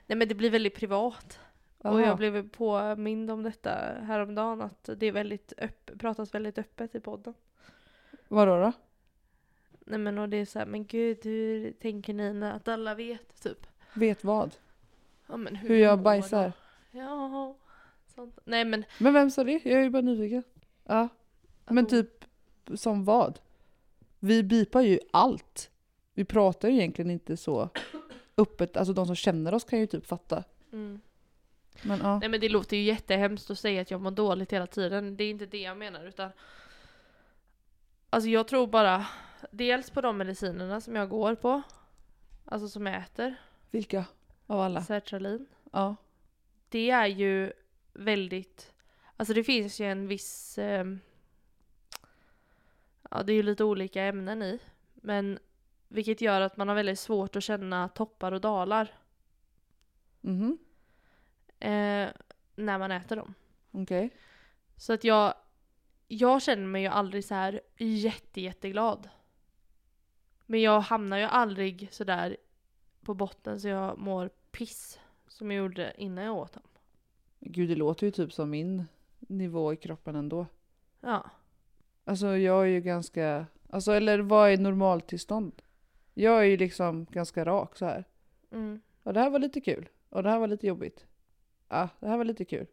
Speaker 1: nej men det blir väldigt privat.
Speaker 2: Jaha.
Speaker 1: Och jag blev påmind om detta häromdagen att det är väldigt öpp, pratas väldigt öppet i podden.
Speaker 2: Vadå då?
Speaker 1: Nej men och det är så här, men gud hur tänker ni när att alla vet typ?
Speaker 2: Vet vad?
Speaker 1: Ja, men
Speaker 2: Hur
Speaker 1: mår
Speaker 2: jag
Speaker 1: du?
Speaker 2: bajsar?
Speaker 1: Ja, sånt. Nej men.
Speaker 2: Men vem sa det? Jag är ju bara nyfiken. Ja.
Speaker 1: att
Speaker 2: Men
Speaker 1: hon-
Speaker 2: typ som vad? Vi bipar ju allt. Vi pratar ju egentligen inte så öppet. Alltså de som känner oss kan ju typ fatta.
Speaker 1: Mm.
Speaker 2: Men ja.
Speaker 1: Nej men det låter ju jättehemskt att säga att jag mår dåligt hela tiden. Det är inte det jag menar utan... Alltså jag tror bara dels på de medicinerna som jag går på. Alltså som jag äter.
Speaker 2: Vilka? Av alla?
Speaker 1: Sertralin.
Speaker 2: Ja.
Speaker 1: Det är ju väldigt... Alltså det finns ju en viss... ehm, ja det är ju lite olika ämnen i. Men vilket gör att man har väldigt svårt att känna toppar och dalar
Speaker 2: Mhm.
Speaker 1: eh, när man äter dem.
Speaker 2: Okej.
Speaker 1: Så att jag, jag känner mig ju aldrig så här jätte, jätteglad. Men jag hamnar ju aldrig så där på botten så jag mår piss. Som jag gjorde innan jag åt dem.
Speaker 2: Gud, det låter ju typ som min nivå i kroppen ändå.
Speaker 1: Ja.
Speaker 2: Alltså jag är ju ganska, alltså eller vad är normaltillstånd? Jag är ju liksom ganska rak så här.
Speaker 1: Mm.
Speaker 2: Och det här var lite kul. Och det här var lite jobbigt. Ja, det här var lite kul.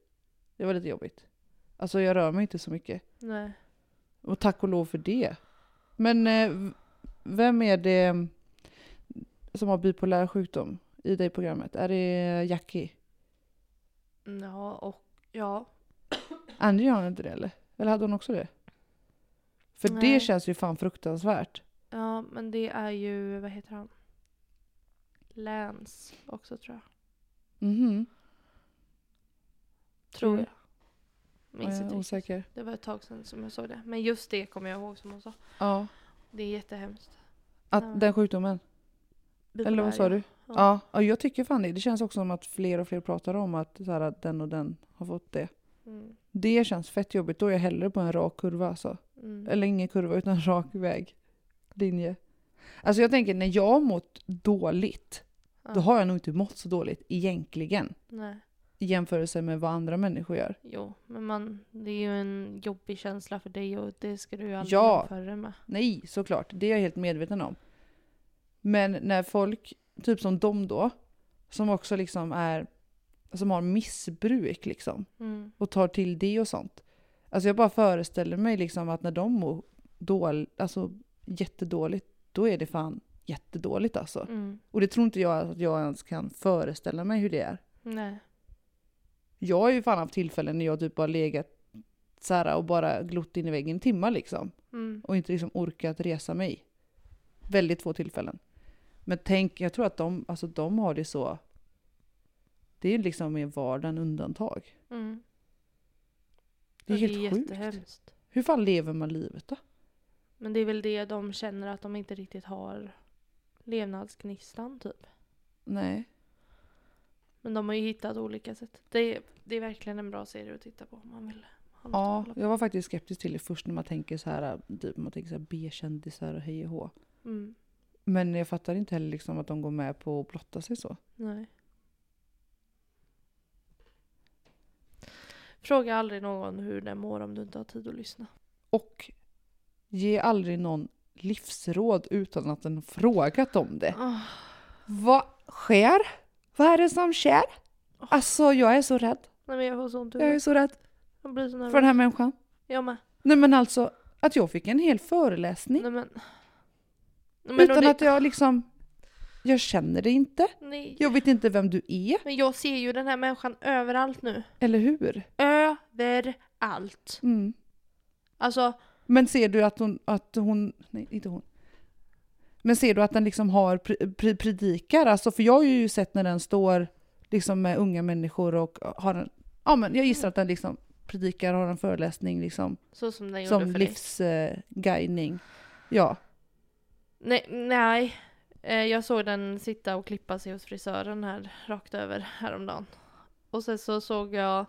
Speaker 2: Det var lite jobbigt. Alltså jag rör mig inte så mycket.
Speaker 1: Nej.
Speaker 2: Och tack och lov för det. Men eh, v- vem är det som har bipolär sjukdom i det programmet? Är det Jackie?
Speaker 1: Mm, Ja och ja.
Speaker 2: Angie har inte det eller? Eller hade hon också det? För det
Speaker 1: Nej.
Speaker 2: känns ju fan fruktansvärt.
Speaker 1: Ja men det är ju, vad heter han? Lance också tror jag.
Speaker 2: Mhm.
Speaker 1: Tror
Speaker 2: Mm.
Speaker 1: jag.
Speaker 2: Ja,
Speaker 1: Minns
Speaker 2: jag
Speaker 1: inte riktigt.
Speaker 2: är osäker.
Speaker 1: Det var ett tag sedan som jag såg det. Men just det kommer jag ihåg som hon sa.
Speaker 2: Ja.
Speaker 1: Det är jättehemskt.
Speaker 2: Att
Speaker 1: Ja.
Speaker 2: den sjukdomen? Eller vad sa
Speaker 1: Bipolär,
Speaker 2: du?
Speaker 1: Ja.
Speaker 2: Ja. ja, jag tycker fan det. Det känns också som att fler och fler pratar om att, så här, att den och den har fått det.
Speaker 1: Mm.
Speaker 2: Det känns fett jobbigt. Då är jag hellre på en rak kurva alltså.
Speaker 1: Mm.
Speaker 2: Eller ingen kurva utan en rak väg. Linje. Alltså jag tänker när jag har mått dåligt, då
Speaker 1: Ja.
Speaker 2: har jag nog inte mått så dåligt egentligen.
Speaker 1: Nej.
Speaker 2: I jämförelse med vad andra människor gör.
Speaker 1: Jo, men man, det är ju en jobbig känsla för dig och det ska du ju aldrig
Speaker 2: Ja.
Speaker 1: jämföra det med.
Speaker 2: Nej, såklart. Det är jag helt medveten om. Men när folk, typ som de då, som också liksom är, som har missbruk liksom
Speaker 1: Mm.
Speaker 2: och tar till det och sånt. Alltså jag bara föreställer mig liksom att när de mår dåligt, alltså jättedåligt, då är det fan jättedåligt alltså.
Speaker 1: Mm.
Speaker 2: Och det tror inte jag att jag ens kan föreställa mig hur det är.
Speaker 1: Nej.
Speaker 2: Jag har ju fan haft tillfällen när jag typ bara legat så här och bara glott in i väggen i timmar liksom
Speaker 1: Mm.
Speaker 2: och inte liksom orkat resa mig. Väldigt få tillfällen. Men tänk, jag tror att de, alltså de har det så. Det är liksom i vardagen undantag.
Speaker 1: Mm.
Speaker 2: Det är
Speaker 1: Ja,
Speaker 2: helt sjukt.
Speaker 1: jättehemskt.
Speaker 2: Hur fan lever man livet då?
Speaker 1: Men det är väl det de känner att de inte riktigt har levnadsgnistan typ.
Speaker 2: Nej.
Speaker 1: Men de har ju hittat olika sätt. Det är, det är verkligen en bra serie att titta på om man vill. ha något
Speaker 2: Ja,
Speaker 1: att kolla på.
Speaker 2: jag var faktiskt skeptisk till det först när man tänker så här, typ man tänker så här B-kändisar och hej och hå.
Speaker 1: Mm.
Speaker 2: Men jag fattar inte heller liksom att de går med på att blotta sig så.
Speaker 1: Nej. Fråga aldrig någon hur den mår om du inte har tid att lyssna.
Speaker 2: Och ge aldrig någon livsråd utan att den har frågat om det.
Speaker 1: Ah.
Speaker 2: Vad sker? Vad är det som sker?
Speaker 1: Ah.
Speaker 2: Alltså jag är så rädd.
Speaker 1: Nej men jag får så ont i
Speaker 2: Jag är
Speaker 1: huvudet.
Speaker 2: så rädd
Speaker 1: Jag blir så nervös.
Speaker 2: för den här människan.
Speaker 1: Jag med.
Speaker 2: Nej men alltså, att jag fick en hel föreläsning.
Speaker 1: Nej men. Nej, men och
Speaker 2: utan
Speaker 1: det,
Speaker 2: att jag liksom, jag känner dig inte.
Speaker 1: Nej.
Speaker 2: Jag vet inte vem du är,
Speaker 1: Men jag ser ju den här människan överallt nu.
Speaker 2: eller hur?
Speaker 1: Överallt.
Speaker 2: Mm.
Speaker 1: Alltså,
Speaker 2: Men ser du att hon, att hon, nej inte hon. Men ser du att den liksom har pri- pri- predikar? Alltså för jag har ju sett när den står liksom med unga människor och har en, ja men jag gissar att den liksom predikar, har en föreläsning liksom.
Speaker 1: så som den gjorde
Speaker 2: som
Speaker 1: för dig.
Speaker 2: livsguidning. Ja.
Speaker 1: Nej, nej. Eh, Jag såg den sitta och klippa sig hos frisören här rakt över häromdagen. Och sen så såg jag...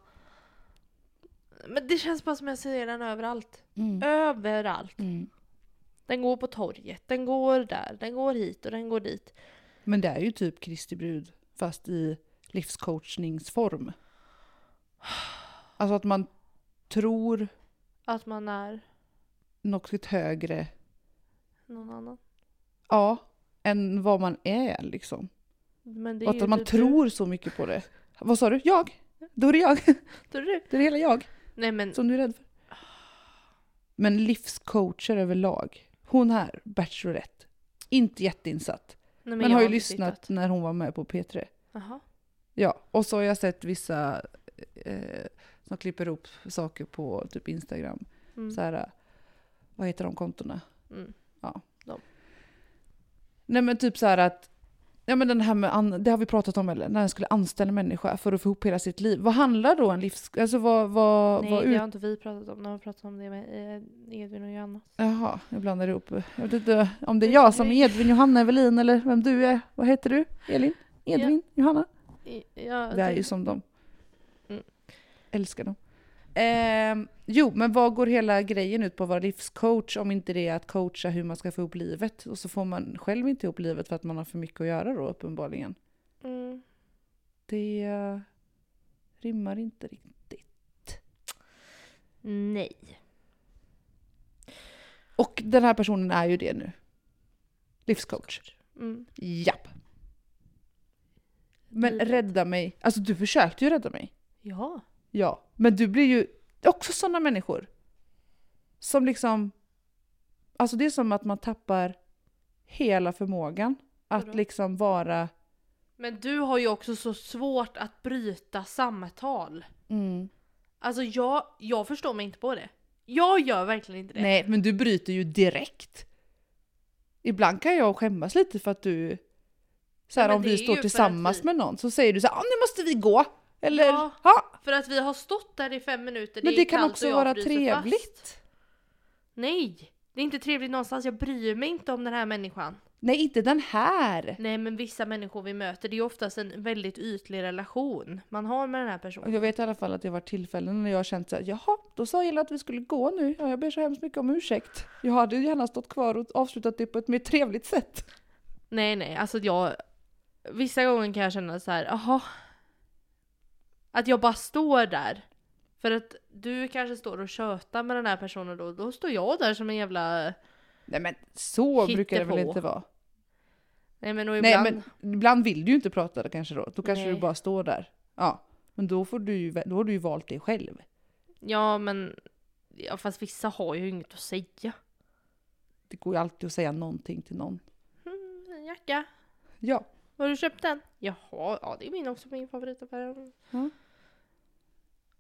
Speaker 1: Men det känns bara som jag ser den överallt. Överallt.
Speaker 2: Mm.
Speaker 1: Den går på torget, den går där, den går hit och den går dit.
Speaker 2: Men det är ju typ Kristi brud fast i livscoachningsform. Alltså att man tror
Speaker 1: Att man är
Speaker 2: något högre
Speaker 1: någon annan.
Speaker 2: ja, än vad man är liksom.
Speaker 1: Men det är
Speaker 2: Och
Speaker 1: ju typ
Speaker 2: att man
Speaker 1: inte
Speaker 2: tror så mycket på det. Vad sa du? Jag? Då är det jag.
Speaker 1: Du. Du.
Speaker 2: Det är det hela jag
Speaker 1: Nej men
Speaker 2: som du är rädd för. Men livscoacher överlag. Hon här, Bachelorette, inte jätteinsatt.
Speaker 1: Nej,
Speaker 2: Men,
Speaker 1: jag
Speaker 2: har ju
Speaker 1: inte
Speaker 2: lyssnat
Speaker 1: tittat.
Speaker 2: när hon var med på P3.
Speaker 1: Jaha.
Speaker 2: Ja, och så har jag sett vissa eh, som klipper ihop saker på typ Instagram.
Speaker 1: Mm.
Speaker 2: Så här, eh, vad heter de kontona?
Speaker 1: Mm.
Speaker 2: Nej men typ så här att, ja men den här med, an- det har vi pratat om eller? När den skulle anställa en människa för att få ihop hela sitt liv. Vad handlar då en livs... Alltså vad... vad,
Speaker 1: Nej,
Speaker 2: vad
Speaker 1: det
Speaker 2: ut-
Speaker 1: har inte vi pratat om. De har pratat om det med eh, Edvin och Johanna.
Speaker 2: Jaha, jag blandar ihop. Jag vet inte om det är jag som är Edvin, Johanna, Evelin eller vem du är. Vad heter du? Elin? Edvin? Johanna?
Speaker 1: I- Ja, typ.
Speaker 2: Det är
Speaker 1: det-
Speaker 2: ju som dem.
Speaker 1: Mm.
Speaker 2: Älskar dem. Ehm, jo, men vad går hela grejen ut på att vara livscoach om inte det är att coacha hur man ska få ihop livet? Och så får man själv inte ihop livet för att man har för mycket att göra då uppenbarligen.
Speaker 1: Mm.
Speaker 2: Det eh, rimmar inte riktigt.
Speaker 1: Nej.
Speaker 2: Och den här personen är ju det nu. Livscoach.
Speaker 1: Mm.
Speaker 2: Japp. Men
Speaker 1: Livet.
Speaker 2: rädda mig. Alltså du försökte ju rädda mig.
Speaker 1: Ja.
Speaker 2: Ja. Men du blir ju också sådana människor. Som liksom... Alltså det är som att man tappar hela förmågan. Att
Speaker 1: Vadå?
Speaker 2: liksom vara...
Speaker 1: Men du har ju också så svårt att bryta samtal.
Speaker 2: Mm.
Speaker 1: Alltså jag, jag förstår mig inte på det. Jag gör verkligen inte det.
Speaker 2: Nej, men du bryter ju direkt. Ibland kan jag skämmas lite för att du... Så här,
Speaker 1: Ja, men
Speaker 2: om
Speaker 1: det
Speaker 2: vi
Speaker 1: är ju
Speaker 2: står
Speaker 1: för att
Speaker 2: tillsammans
Speaker 1: vi-
Speaker 2: med någon så säger du så här, "Ah, nu måste vi gå. Eller,
Speaker 1: Ja.
Speaker 2: ja.
Speaker 1: För att vi har stått där i fem minuter,
Speaker 2: Men
Speaker 1: är
Speaker 2: det kan
Speaker 1: kallt
Speaker 2: också
Speaker 1: och jag
Speaker 2: vara
Speaker 1: fryser
Speaker 2: trevligt.
Speaker 1: Fast. Nej! Det är inte trevligt någonstans, jag bryr mig inte om den här människan.
Speaker 2: Nej, inte den här.
Speaker 1: Nej men vissa människor vi möter, det är oftast en väldigt ytlig relation man har med den här
Speaker 2: Och
Speaker 1: personen.
Speaker 2: jag vet i alla fall att det har varit tillfällen när jag har känt såhär, jaha, då sa Ella att vi skulle gå nu. Ja, jag ber så hemskt mycket om ursäkt. Jag hade ju gärna stått kvar och avslutat det på ett mer trevligt sätt.
Speaker 1: Nej nej, alltså jag... Vissa gånger kan jag känna så här, jaha. Att jag bara står där. För att du kanske står och tjötar med den här personen då, då står jag där som en jävla...
Speaker 2: Nej men så
Speaker 1: Hitta
Speaker 2: brukar det väl
Speaker 1: på.
Speaker 2: inte vara?
Speaker 1: Nej men och ibland...
Speaker 2: Nej men ibland vill du ju inte prata då kanske då. Då kanske
Speaker 1: Nej.
Speaker 2: du bara står där. Ja. Men då, får du ju, då har du ju valt det själv.
Speaker 1: Ja men... Ja, fast vissa har ju inget att säga.
Speaker 2: Det går ju alltid att säga någonting till någon.
Speaker 1: Mm, en jacka.
Speaker 2: Ja.
Speaker 1: Var har du köpt den? Jaha, ja det är min också, min favoritaffär.
Speaker 2: Ja.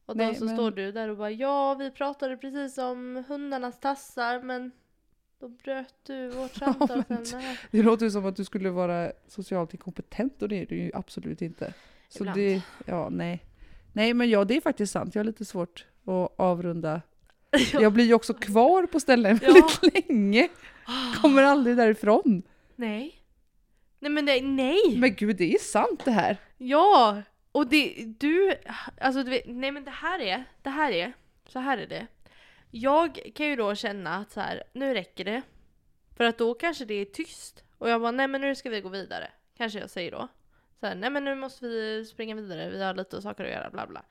Speaker 1: Och då
Speaker 2: Nej,
Speaker 1: så
Speaker 2: men-
Speaker 1: står du där och bara ja, vi pratade precis om hundarnas tassar men då bröt du vårt
Speaker 2: [LAUGHS]
Speaker 1: samtal
Speaker 2: men-
Speaker 1: sen. Nej.
Speaker 2: Det låter ju som att du skulle vara socialt inkompetent och det är du ju absolut inte. Så
Speaker 1: Ibland.
Speaker 2: det, ja nej. Nej men ja det är faktiskt sant, jag har lite svårt att avrunda.
Speaker 1: [LAUGHS]
Speaker 2: Jag blir ju också kvar på ställen
Speaker 1: Ja. Ah.
Speaker 2: väldigt länge. Kommer aldrig därifrån.
Speaker 1: Nej. Nej men nej, nej!
Speaker 2: Men gud det är sant det här.
Speaker 1: Ja! Och det, du, alltså du vet, nej men det här är, det här är, så här är det. Jag kan ju då känna att så här, nu räcker det. För att då kanske det är tyst. Och jag bara, nej men nu ska vi gå vidare. Kanske jag säger då. Så här, nej men nu måste vi springa vidare, vi har lite saker att göra, bla bla.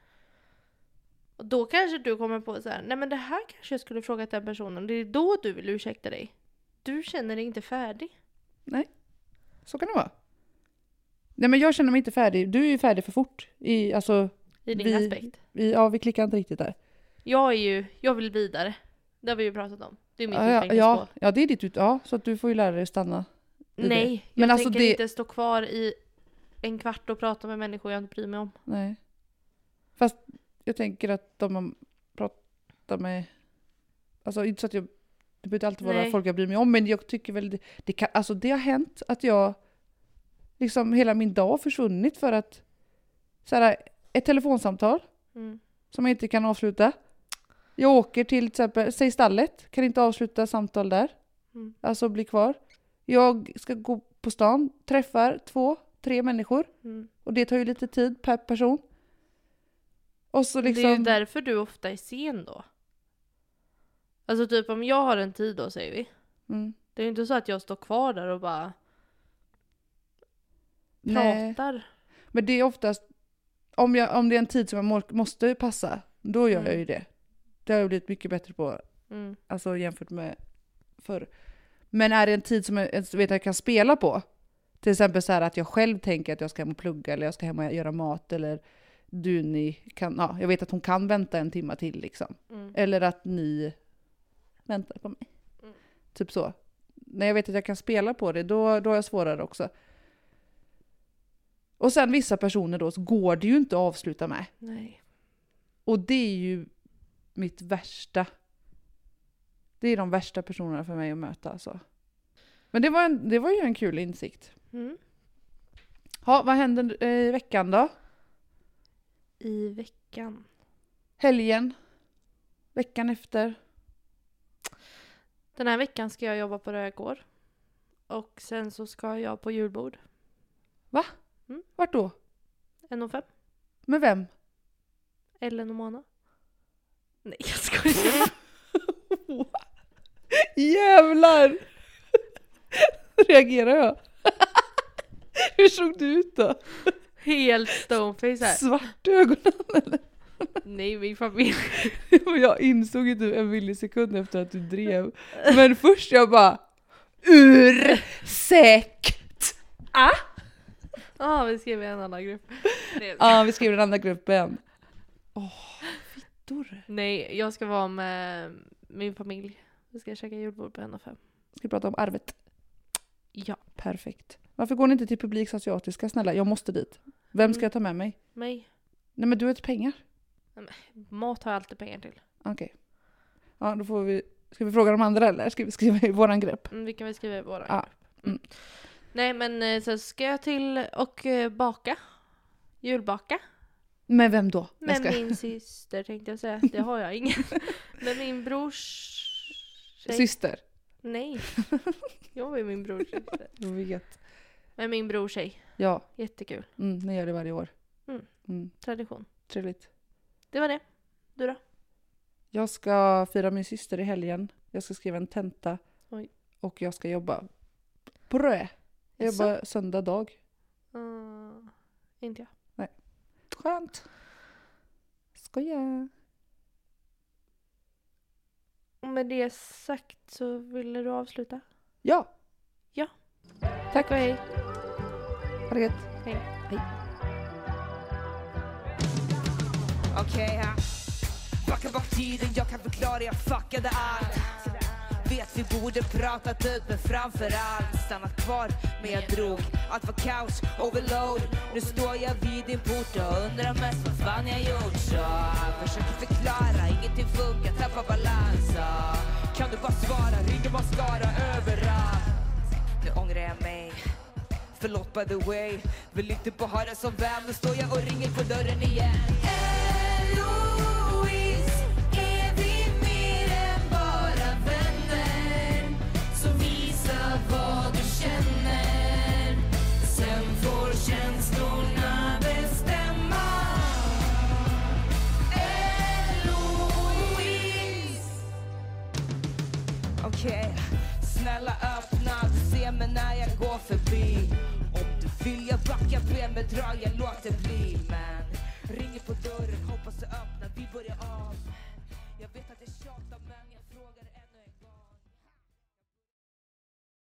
Speaker 1: Och då kanske du kommer på så här, nej men det här kanske jag skulle fråga den personen. Det är då du vill ursäkta dig. Du känner dig inte färdig.
Speaker 2: Så kan det vara. Nej men jag känner mig inte färdig, du är ju färdig för fort. I, alltså,
Speaker 1: I din
Speaker 2: Vi-
Speaker 1: aspekt.
Speaker 2: vi, ja vi klickar inte riktigt där.
Speaker 1: Jag är ju, jag vill vidare. Det har vi ju pratat om. Det är mitt
Speaker 2: Ja, ja,
Speaker 1: utvecklingsspår.
Speaker 2: ja, ja det är ditt ut, ja så att du får ju lära dig att stanna. det är
Speaker 1: Nej, jag
Speaker 2: Men alltså
Speaker 1: tänker
Speaker 2: det-
Speaker 1: inte stå kvar i en kvart och prata med människor jag inte bryr mig om.
Speaker 2: Nej. Fast jag tänker att de man pratar med... Alltså inte så att jag... Det behöver inte alltid vara
Speaker 1: Nej.
Speaker 2: folk jag bryr mig om, men jag tycker väl... Det, det, kan, alltså det har hänt att jag... Liksom hela min dag har försvunnit för att... Så här, ett telefonsamtal
Speaker 1: Mm.
Speaker 2: som jag inte kan avsluta. Jag åker till, till exempel, säg stallet, kan inte avsluta samtal där.
Speaker 1: Mm.
Speaker 2: Alltså bli kvar. Jag ska gå på stan, träffar två, tre människor.
Speaker 1: Mm.
Speaker 2: Och det tar ju lite tid per person. Och så
Speaker 1: Men
Speaker 2: liksom...
Speaker 1: Det är ju därför du ofta är sen då. Alltså typ om jag har en tid då säger vi.
Speaker 2: mm.
Speaker 1: Det är ju inte så att jag står kvar där och bara
Speaker 2: Nej.
Speaker 1: pratar.
Speaker 2: Men det är oftast... Om, jag, om det är en tid som jag mor- måste passa, då gör
Speaker 1: Mm.
Speaker 2: jag ju det. Det har jag blivit mycket bättre på,
Speaker 1: Mm.
Speaker 2: alltså jämfört med förr. Men är det en tid som jag ens vet att jag kan spela på, till exempel så här att jag själv tänker att jag ska hem och plugga eller jag ska hem och göra mat eller du, ni kan, ja, jag vet att hon kan vänta en timma till liksom.
Speaker 1: Mm.
Speaker 2: Eller att ni väntar på mig.
Speaker 1: Mm.
Speaker 2: Typ så. När jag vet att jag kan spela på det, då, då har jag svårare också. Och sen vissa personer då, så går det ju inte att avsluta med.
Speaker 1: Nej.
Speaker 2: Och det är ju mitt värsta. Det är de värsta personerna för mig att möta alltså. Men det var, en, det var ju en kul insikt.
Speaker 1: Mm.
Speaker 2: Ha, vad händer eh, i veckan då?
Speaker 1: I veckan.
Speaker 2: Helgen? Veckan efter?
Speaker 1: Den här veckan ska jag jobba på Rödgård. Och sen så ska jag på julbord.
Speaker 2: Vart då?
Speaker 1: 1.05.
Speaker 2: Med vem?
Speaker 1: Ellen och Mona. Nej jag skojar.
Speaker 2: [LAUGHS] Jävlar! [LAUGHS] Reagerar jag? [LAUGHS] Hur såg du ut då?
Speaker 1: Helt stoneface här.
Speaker 2: Svart i ögonen?
Speaker 1: Nej min familj. [LAUGHS]
Speaker 2: [LAUGHS] Och jag insåg ju typ en millisekund efter att du drev. Men först jag bara Ursäkt!
Speaker 1: Ja Ah, vi skrev i en annan grupp. Ah, Nej.
Speaker 2: Ja, vi skriver den andra gruppen. Åh, fittor.
Speaker 1: Nej jag ska vara med min familj. Vi ska käka julbord på en och fem.
Speaker 2: Ska vi prata om arvet?
Speaker 1: Ja.
Speaker 2: Perfekt. Varför går ni inte till Publiks Asiatiska snälla? Jag måste dit. Vem ska jag ta med mig?
Speaker 1: Mig.
Speaker 2: Nej men du har inte pengar.
Speaker 1: Mat har jag alltid pengar till.
Speaker 2: Okej. Ja då får vi... Ska vi fråga de andra eller? Ska vi skriva i våran grupp?
Speaker 1: Mm, vi kan väl skriva i våra
Speaker 2: Ja.
Speaker 1: grupp. Mm. Nej men eh, sen ska jag till och eh, baka. Julbaka.
Speaker 2: Med vem då? Jag
Speaker 1: Med
Speaker 2: ska-
Speaker 1: min syster tänkte jag säga. Det har jag ingen. Med min brors... tjej.
Speaker 2: Syster.
Speaker 1: Nej. Jag är min brors syster.
Speaker 2: [LAUGHS] Jag vet.
Speaker 1: Med min brors tjej.
Speaker 2: Ja,
Speaker 1: Jättekul.
Speaker 2: mm, ni gör det varje år.
Speaker 1: Mm.
Speaker 2: Mm,
Speaker 1: Tradition.
Speaker 2: trevligt.
Speaker 1: Det var det. Du då?
Speaker 2: Jag ska fira min syster i helgen. Jag ska skriva en tenta.
Speaker 1: Oj.
Speaker 2: Och jag ska jobba på Röe. Jag
Speaker 1: Jaså?
Speaker 2: jobbar söndag dag.
Speaker 1: Mm, inte jag.
Speaker 2: Skönt. Skoja.
Speaker 1: Och med det sagt så ville du avsluta.
Speaker 2: Ja.
Speaker 1: Ja.
Speaker 2: Tack.
Speaker 1: Och hej.
Speaker 2: Ha det gött.
Speaker 4: Okej, ha. Backa bak tiden, jag kan förklara, jag fuckade allt Vet vi borde pratat ut, men framför allt stannat kvar Men jag drog, allt var kaos, overload Nu står jag vid din port och undrar mest vad fan jag gjort Så försöker förklara, ingenting funkar, tappar balans ah. Kan du bara svara, ringer mascara överallt Nu ångrar jag mig Förlåt by the way, vill inte bara ha det som vän Nu står jag och ringer på dörren igen Eloise, är vi mer än bara vänner? Så visa vad du känner Sen får känslorna bestämma Eloise Okej, snälla öppna, du ser mig när jag går förbi Om du vill jag backar, be mig dra, jag låter bli Men ringer på dörren, hoppas du öppnar, vi börjar om